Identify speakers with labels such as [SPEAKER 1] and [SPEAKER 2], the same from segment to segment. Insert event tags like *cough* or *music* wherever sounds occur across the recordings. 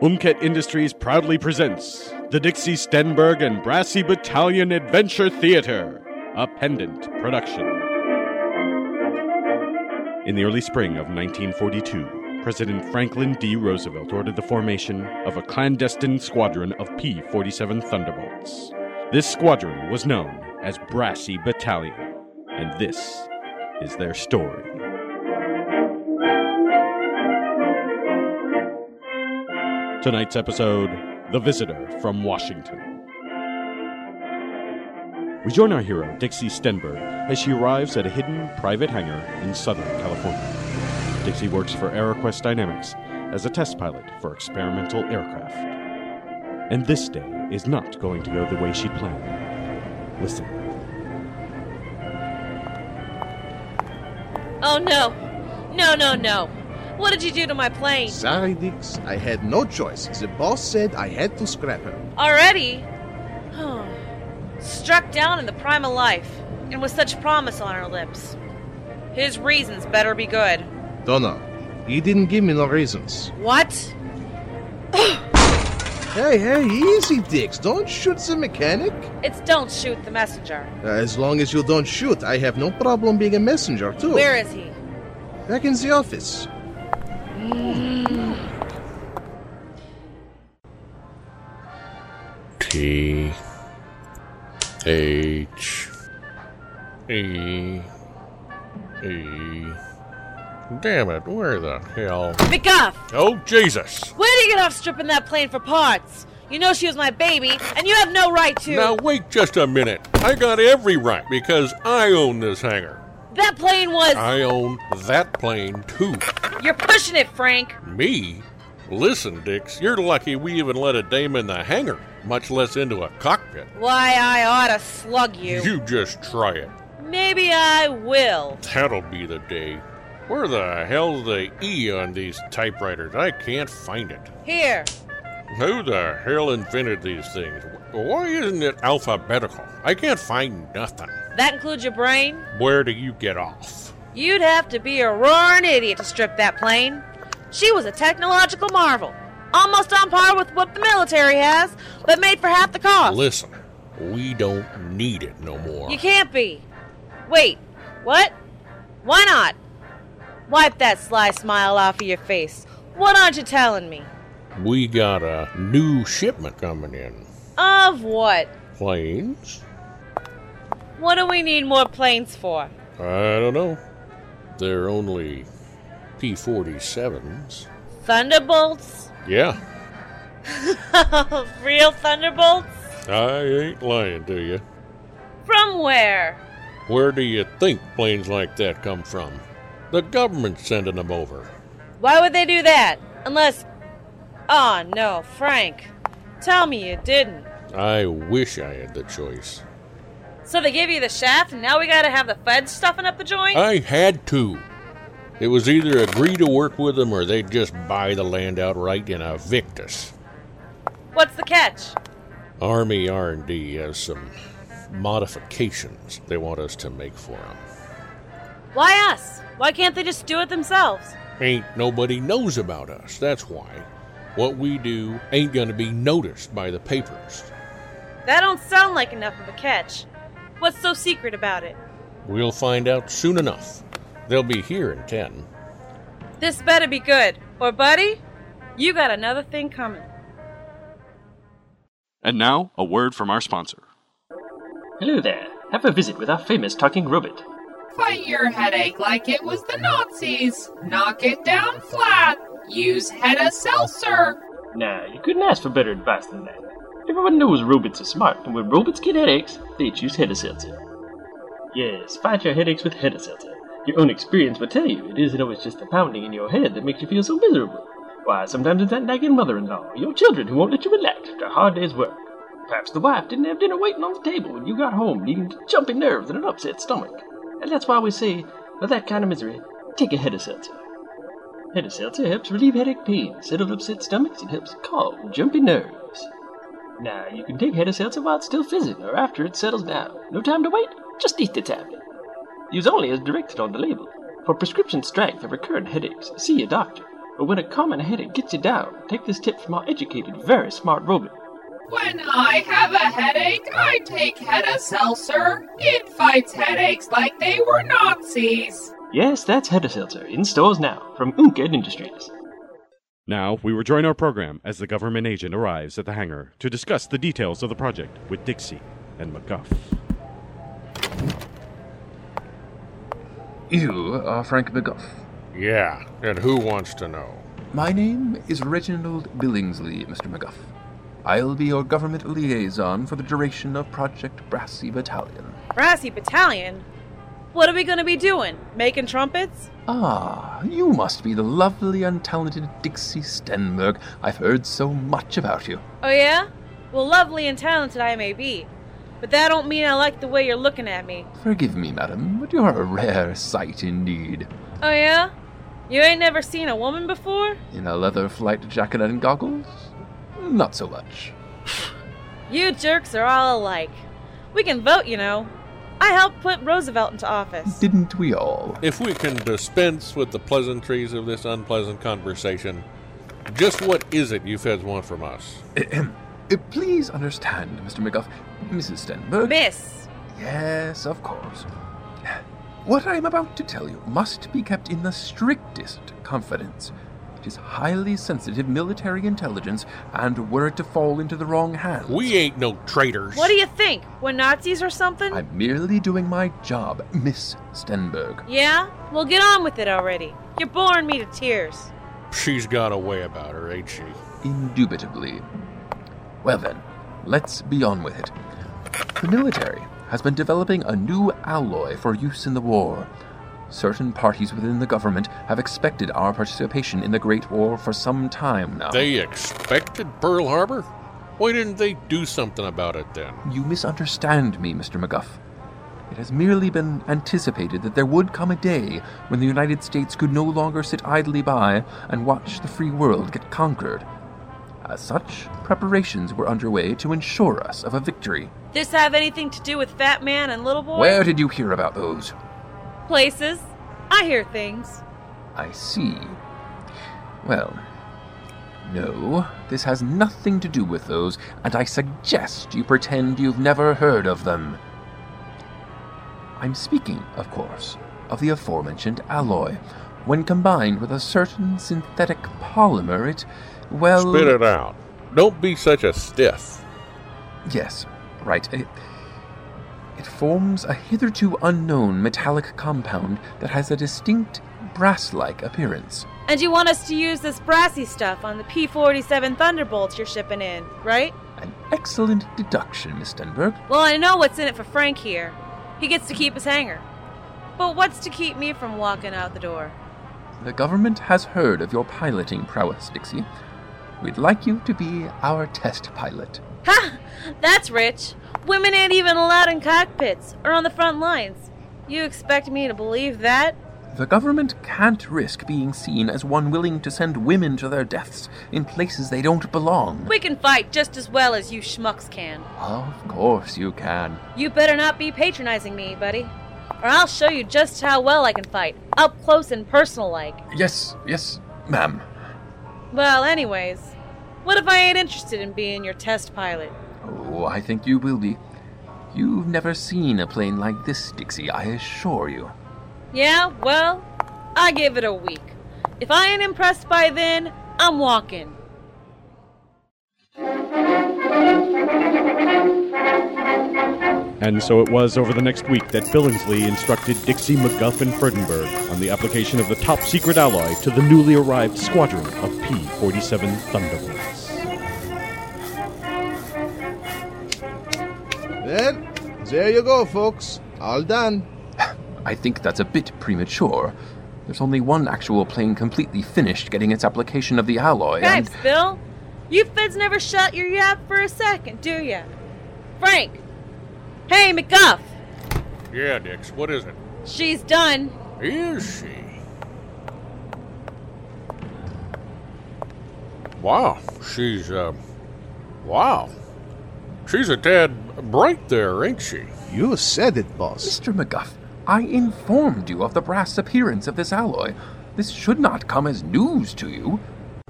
[SPEAKER 1] Umket Industries proudly presents the Dixie Stenberg and Brassy Battalion Adventure Theater, a pendant production. In the early spring of 1942, President Franklin D. Roosevelt ordered the formation of a clandestine squadron of P 47 Thunderbolts. This squadron was known as Brassy Battalion, and this is their story. Tonight's episode The Visitor from Washington. We join our hero, Dixie Stenberg, as she arrives at a hidden private hangar in Southern California. Dixie works for AeroQuest Dynamics as a test pilot for experimental aircraft. And this day is not going to go the way she'd planned. Listen.
[SPEAKER 2] Oh no! No, no, no! What did you do to my plane?
[SPEAKER 3] Sorry, Dix. I had no choice. The boss said I had to scrap her.
[SPEAKER 2] Already? Oh. Struck down in the prime of life, and with such promise on her lips. His reasons better be good.
[SPEAKER 3] Dunno. He didn't give me no reasons.
[SPEAKER 2] What?
[SPEAKER 3] hey, hey, easy, Dix. Don't shoot the mechanic. Uh,
[SPEAKER 2] It's don't shoot the messenger.
[SPEAKER 3] As long as you don't shoot, I have no problem being a messenger, too.
[SPEAKER 2] Where is he?
[SPEAKER 3] Back in the office.
[SPEAKER 4] T H E E. Damn it! Where the hell?
[SPEAKER 2] McGuff!
[SPEAKER 4] Oh Jesus!
[SPEAKER 2] Where did you get off stripping that plane for parts? You know she was my baby, and you have no right to.
[SPEAKER 4] Now wait just a minute. I got every right because I own this hangar.
[SPEAKER 2] That plane was.
[SPEAKER 4] I own that plane too.
[SPEAKER 2] You're pushing it, Frank.
[SPEAKER 4] Me? Listen, Dix, you're lucky we even let a dame in the hangar, much less into a cockpit.
[SPEAKER 2] Why I oughta slug you.
[SPEAKER 4] You just try it.
[SPEAKER 2] Maybe I will.
[SPEAKER 4] That'll be the day. Where the hell's the E on these typewriters? I can't find it.
[SPEAKER 2] Here.
[SPEAKER 4] Who the hell invented these things? Why isn't it alphabetical? I can't find nothing.
[SPEAKER 2] That includes your brain?
[SPEAKER 4] Where do you get off?
[SPEAKER 2] You'd have to be a roaring idiot to strip that plane. She was a technological marvel, almost on par with what the military has, but made for half the cost.
[SPEAKER 4] Listen, we don't need it no more.
[SPEAKER 2] You can't be. Wait, what? Why not? Wipe that sly smile off of your face. What aren't you telling me?
[SPEAKER 4] We got a new shipment coming in.
[SPEAKER 2] Of what?
[SPEAKER 4] Planes?
[SPEAKER 2] What do we need more planes for?
[SPEAKER 4] I don't know. They're only P 47s.
[SPEAKER 2] Thunderbolts? *laughs*
[SPEAKER 4] Yeah,
[SPEAKER 2] Real thunderbolts?
[SPEAKER 4] I ain't lying to you.
[SPEAKER 2] From where?
[SPEAKER 4] Where do you think planes like that come from? The government's sending them over.
[SPEAKER 2] Why would they do that? Unless. Oh no, Frank. Tell me you didn't.
[SPEAKER 4] I wish I had the choice.
[SPEAKER 2] So they give you the shaft, and now we gotta have the feds stuffing up the joint?
[SPEAKER 4] I had to. It was either agree to work with them or they'd just buy the land outright and evict us.
[SPEAKER 2] What's the catch?
[SPEAKER 4] Army R&D has some modifications they want us to make for them.
[SPEAKER 2] Why us? Why can't they just do it themselves?
[SPEAKER 4] Ain't nobody knows about us. That's why. What we do ain't gonna be noticed by the papers.
[SPEAKER 2] That don't sound like enough of a catch. What's so secret about it?
[SPEAKER 4] We'll find out soon enough. They'll be here in ten.
[SPEAKER 2] This better be good. Or, buddy, you got another thing coming.
[SPEAKER 1] And now, a word from our sponsor.
[SPEAKER 5] Hello there. Have a visit with our famous talking robot.
[SPEAKER 6] Fight your headache like it was the Nazis. Knock it down flat. Use Hedda Seltzer.
[SPEAKER 5] Now, you couldn't ask for better advice than that. Everyone knows robots are smart, and when robots get headaches, they choose Hedda Seltzer. Yes, fight your headaches with Hedda Seltzer. Your own experience will tell you it isn't always just the pounding in your head that makes you feel so miserable. Why, sometimes it's that nagging mother in law, your children who won't let you relax after a hard day's work. Perhaps the wife didn't have dinner waiting on the table when you got home, leading to jumpy nerves and an upset stomach. And that's why we say, for that kind of misery, take a head of seltzer. Head of seltzer helps relieve headache pain, settles upset stomachs, and helps calm jumpy nerves. Now, you can take head of seltzer while it's still fizzing or after it settles down. No time to wait, just eat the tablet. Use only as directed on the label. For prescription strength and recurrent headaches, see your doctor. But when a common headache gets you down, take this tip from our educated, very smart robot.
[SPEAKER 6] When I have a headache, I take Hedda Seltzer. It fights headaches like they were Nazis.
[SPEAKER 5] Yes, that's Hediseltzer, in stores now, from Unked Industries.
[SPEAKER 1] Now, we rejoin our program as the government agent arrives at the hangar to discuss the details of the project with Dixie and McGuff.
[SPEAKER 7] You are Frank McGuff.
[SPEAKER 4] Yeah, and who wants to know?
[SPEAKER 7] My name is Reginald Billingsley, Mr. McGuff. I'll be your government liaison for the duration of Project Brassy Battalion.
[SPEAKER 2] Brassy Battalion? What are we gonna be doing? Making trumpets?
[SPEAKER 7] Ah, you must be the lovely and talented Dixie Stenberg. I've heard so much about you.
[SPEAKER 2] Oh, yeah? Well, lovely and talented I may be, but that don't mean I like the way you're looking at me.
[SPEAKER 7] Forgive me, madam, but you are a rare sight indeed.
[SPEAKER 2] Oh, yeah? You ain't never seen a woman before?
[SPEAKER 7] In a leather flight jacket and goggles? Not so much.
[SPEAKER 2] You jerks are all alike. We can vote, you know. I helped put Roosevelt into office.
[SPEAKER 7] Didn't we *clears throat* all?
[SPEAKER 4] If we can dispense with the pleasantries of this unpleasant conversation, just what is it you feds want from us?
[SPEAKER 7] Ahem. Uh, Please understand, Mr. McGuff, Mrs. Stenberg.
[SPEAKER 2] Miss,
[SPEAKER 7] Yes, of course. What I am about to tell you must be kept in the strictest confidence. It is highly sensitive military intelligence, and were it to fall into the wrong hands,
[SPEAKER 4] We ain't no traitors.
[SPEAKER 2] what do you think? We're Nazis or something?
[SPEAKER 7] I'm merely doing my job, Miss Stenberg.
[SPEAKER 2] Yeah? Well, get on with it already. You're boring me to tears.
[SPEAKER 4] She's got a way about her, ain't she?
[SPEAKER 7] Indubitably. Well then, let's be on with it. The military has been developing a new alloy for use in the war. Certain parties within the government have expected our participation in the Great War for some time
[SPEAKER 2] Oh.
[SPEAKER 7] now.
[SPEAKER 4] They expected Pearl Harbor? Why didn't they do something about it then?
[SPEAKER 7] You misunderstand me, Mr. McGuff. It has merely been anticipated that there would come a day when the United States could no longer sit idly by and watch the free world get conquered. As such, preparations were underway to ensure us of a victory.
[SPEAKER 2] This have anything to do with Fat Man and Little Boy?
[SPEAKER 7] Where did you hear about those?
[SPEAKER 2] Places. I hear things.
[SPEAKER 7] I see. Well, no, this has nothing to do with those, and I suggest you pretend you've never heard of them. I'm speaking, of course, of the aforementioned alloy. When combined with a certain synthetic polymer, it, well.
[SPEAKER 4] Spit it out. Don't be such a stiff.
[SPEAKER 7] Yes, right. It, it forms a hitherto unknown metallic compound that has a distinct brass like appearance.
[SPEAKER 2] And you want us to use this brassy stuff on the P 47 Thunderbolts you're shipping in, right?
[SPEAKER 7] An excellent deduction, Miss Stenberg.
[SPEAKER 2] Well, I know what's in it for Frank here. He gets to keep his hangar. But what's to keep me from walking out the door?
[SPEAKER 7] The government has heard of your piloting prowess, Dixie. We'd like you to be our test pilot.
[SPEAKER 2] Ha! That's rich. Women ain't even allowed in cockpits or on the front lines. You expect me to believe that?
[SPEAKER 7] The government can't risk being seen as one willing to send women to their deaths in places they don't belong.
[SPEAKER 2] We can fight just as well as you schmucks can.
[SPEAKER 7] Of course you can.
[SPEAKER 2] You better not be patronizing me, buddy. Or I'll show you just how well I can fight, up close and personal like.
[SPEAKER 7] Yes, yes, ma'am.
[SPEAKER 2] Well, anyways, what if I ain't interested in being your test pilot?
[SPEAKER 7] Oh, I think you will be. You've never seen a plane like this, Dixie, I assure you.
[SPEAKER 2] Yeah, well, I give it a week. If I ain't impressed by then, I'm walking.
[SPEAKER 1] And so it was over the next week that Billingsley instructed Dixie McGuff and Fredenberg on the application of the top secret alloy to the newly arrived squadron of P 47 Thunderbolts.
[SPEAKER 3] Well, there you go, folks. All done.
[SPEAKER 7] I think that's a bit premature. There's only one actual plane completely finished getting its application of the alloy, and
[SPEAKER 2] Thanks, Bill. You feds never shut your yap for a second, do ya? Frank! Hey, McGuff!
[SPEAKER 4] Yeah, Dix, what is it?
[SPEAKER 2] She's done.
[SPEAKER 4] Is she? Wow, she's, uh, wow. She's a tad bright there, ain't she?
[SPEAKER 3] You said it, boss.
[SPEAKER 7] Mr. McGuff, I informed you of the brass appearance of this alloy. This should not come as news to you.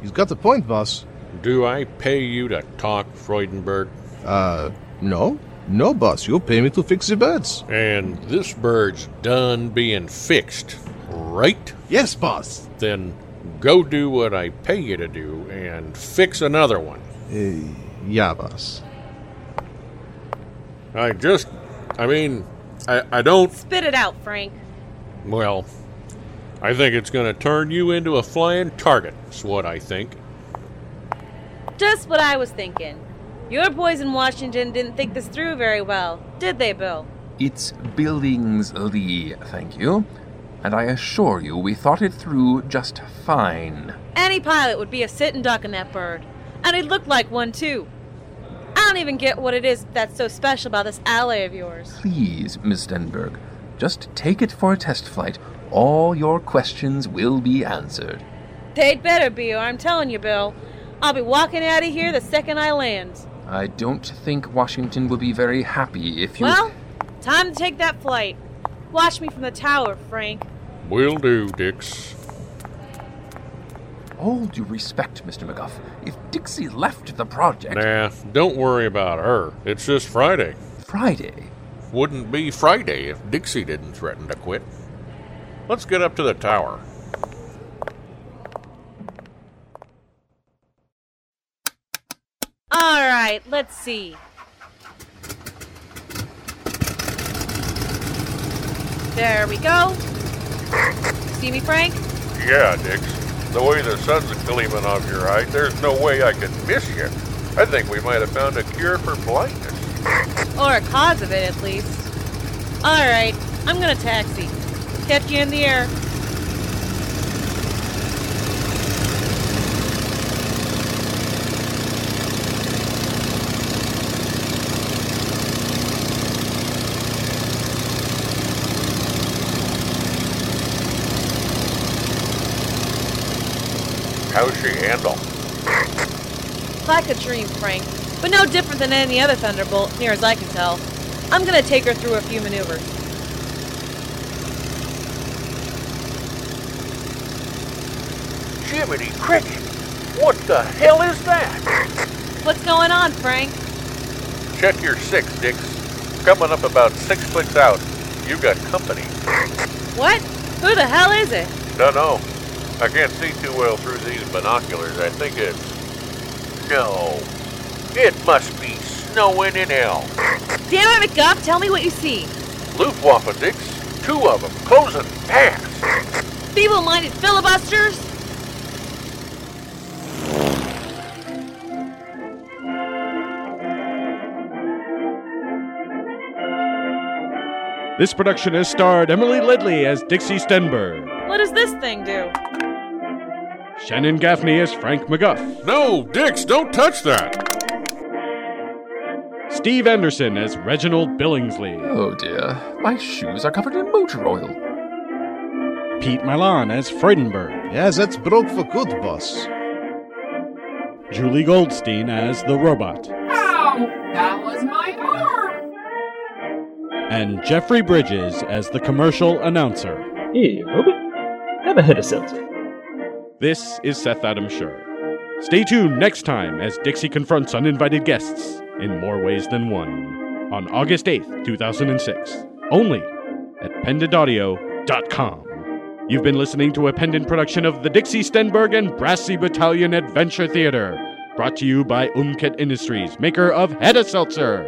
[SPEAKER 3] He's got a point, boss.
[SPEAKER 4] Do I pay you to talk, Freudenberg?
[SPEAKER 3] Uh, no. No, boss. You pay me to fix the birds.
[SPEAKER 4] And this bird's done being fixed, right?
[SPEAKER 3] Yes, boss.
[SPEAKER 4] Then go do what I pay you to do and fix another one.
[SPEAKER 3] Uh, yeah, boss.
[SPEAKER 4] I just, I mean, I, I don't,
[SPEAKER 2] Spit it out, Frank.
[SPEAKER 4] well, I think it's going to turn you into a flying target, is what I think.
[SPEAKER 2] Just what I was thinking. Your boys in Washington didn't think this through very well, did they, Bill?
[SPEAKER 7] It's Billingsley, thank you. And I assure you, we thought it through just fine.
[SPEAKER 2] Any pilot would be a sitting duck in that bird. And he'd look like one, too. I don't even get what it is that's so special about this alley of yours.
[SPEAKER 7] Please, Miss Denberg, just take it for a test flight. All your questions will be answered.
[SPEAKER 2] They'd better be, or I'm telling you, Bill. I'll be walking out of here the second I land.
[SPEAKER 7] I don't think Washington will be very happy if you.
[SPEAKER 2] Well, time to take that flight. Watch me from the tower, Frank.
[SPEAKER 4] Will do, Dix.
[SPEAKER 7] All due respect, Mr. McGuff, if Dixie left the project
[SPEAKER 4] Nah, don't worry about her. It's just Friday.
[SPEAKER 7] Friday,
[SPEAKER 4] Wouldn't be Friday if Dixie didn't threaten to quit. Let's get up to the tower.
[SPEAKER 2] All right, let's see. There we go. See me, Frank?
[SPEAKER 4] Yeah, Dix. The way the sun's gleaming off your eye, there's no way I could miss you. I think we might have found a cure for blindness.
[SPEAKER 2] Or a cause of it, at least. All right, I'm gonna taxi. Catch you in the air.
[SPEAKER 4] How's she handle?
[SPEAKER 2] Like a dream, Frank, but no different than any other Thunderbolt, near as I can tell. I'm gonna take her through a few maneuvers.
[SPEAKER 4] Jiminy Cricket! What the hell is that?
[SPEAKER 2] What's going on, Frank?
[SPEAKER 4] Check your six, Dix. Coming up about six clicks out. You got company.
[SPEAKER 2] What? Who the hell is it?
[SPEAKER 4] Dunno. I can't see too well through these binoculars. I think it's. No. It must be snowing in hell.
[SPEAKER 2] Damn it, McGuff, tell me what you see.
[SPEAKER 4] Luftwaffe, Dix. Two of them closing fast.
[SPEAKER 2] Feeble minded filibusters?
[SPEAKER 1] This production has starred Emily Ledley as Dixie Stenberg,
[SPEAKER 2] What does this thing do?
[SPEAKER 1] Shannon Gaffney as Frank McGuff,
[SPEAKER 4] No, Dix, don't touch that.
[SPEAKER 1] Steve Anderson as Reginald Billingsley,
[SPEAKER 7] Oh dear, my shoes are covered in motor oil.
[SPEAKER 1] Pete Milan as Freudenberg,
[SPEAKER 3] Yes, that's broke for good, boss.
[SPEAKER 1] Julie Goldstein as the robot,
[SPEAKER 6] Ow! That was my arm!
[SPEAKER 1] and Jeffrey Bridges as the commercial announcer.
[SPEAKER 5] Hey, Robert, have a head of seltzer.
[SPEAKER 1] This is Seth Adam Schur. Stay tuned next time as Dixie confronts uninvited guests in more ways than one on August 8th, 2006, only at pendantaudio.com. You've been listening to a pendant production of the Dixie Stenberg and Brassy Battalion Adventure Theater, brought to you by Umket Industries, maker of Hedda Seltzer.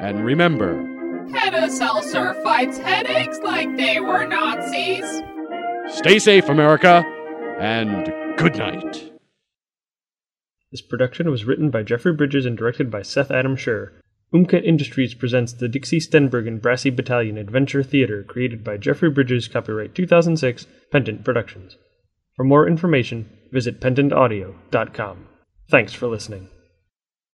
[SPEAKER 1] And remember,
[SPEAKER 6] Hedda Seltzer fights headaches like they were Nazis!
[SPEAKER 1] stay safe, America, and good night.
[SPEAKER 5] This production was written by Jeffrey Bridges and directed by Seth Adam Schur. Umket Industries presents the Dixie Stenberg and Brassy Battalion Adventure Theater, created by Jeffrey Bridges, copyright 2006, Pendant Productions. For more information, visit pendantaudio.com. Thanks for listening.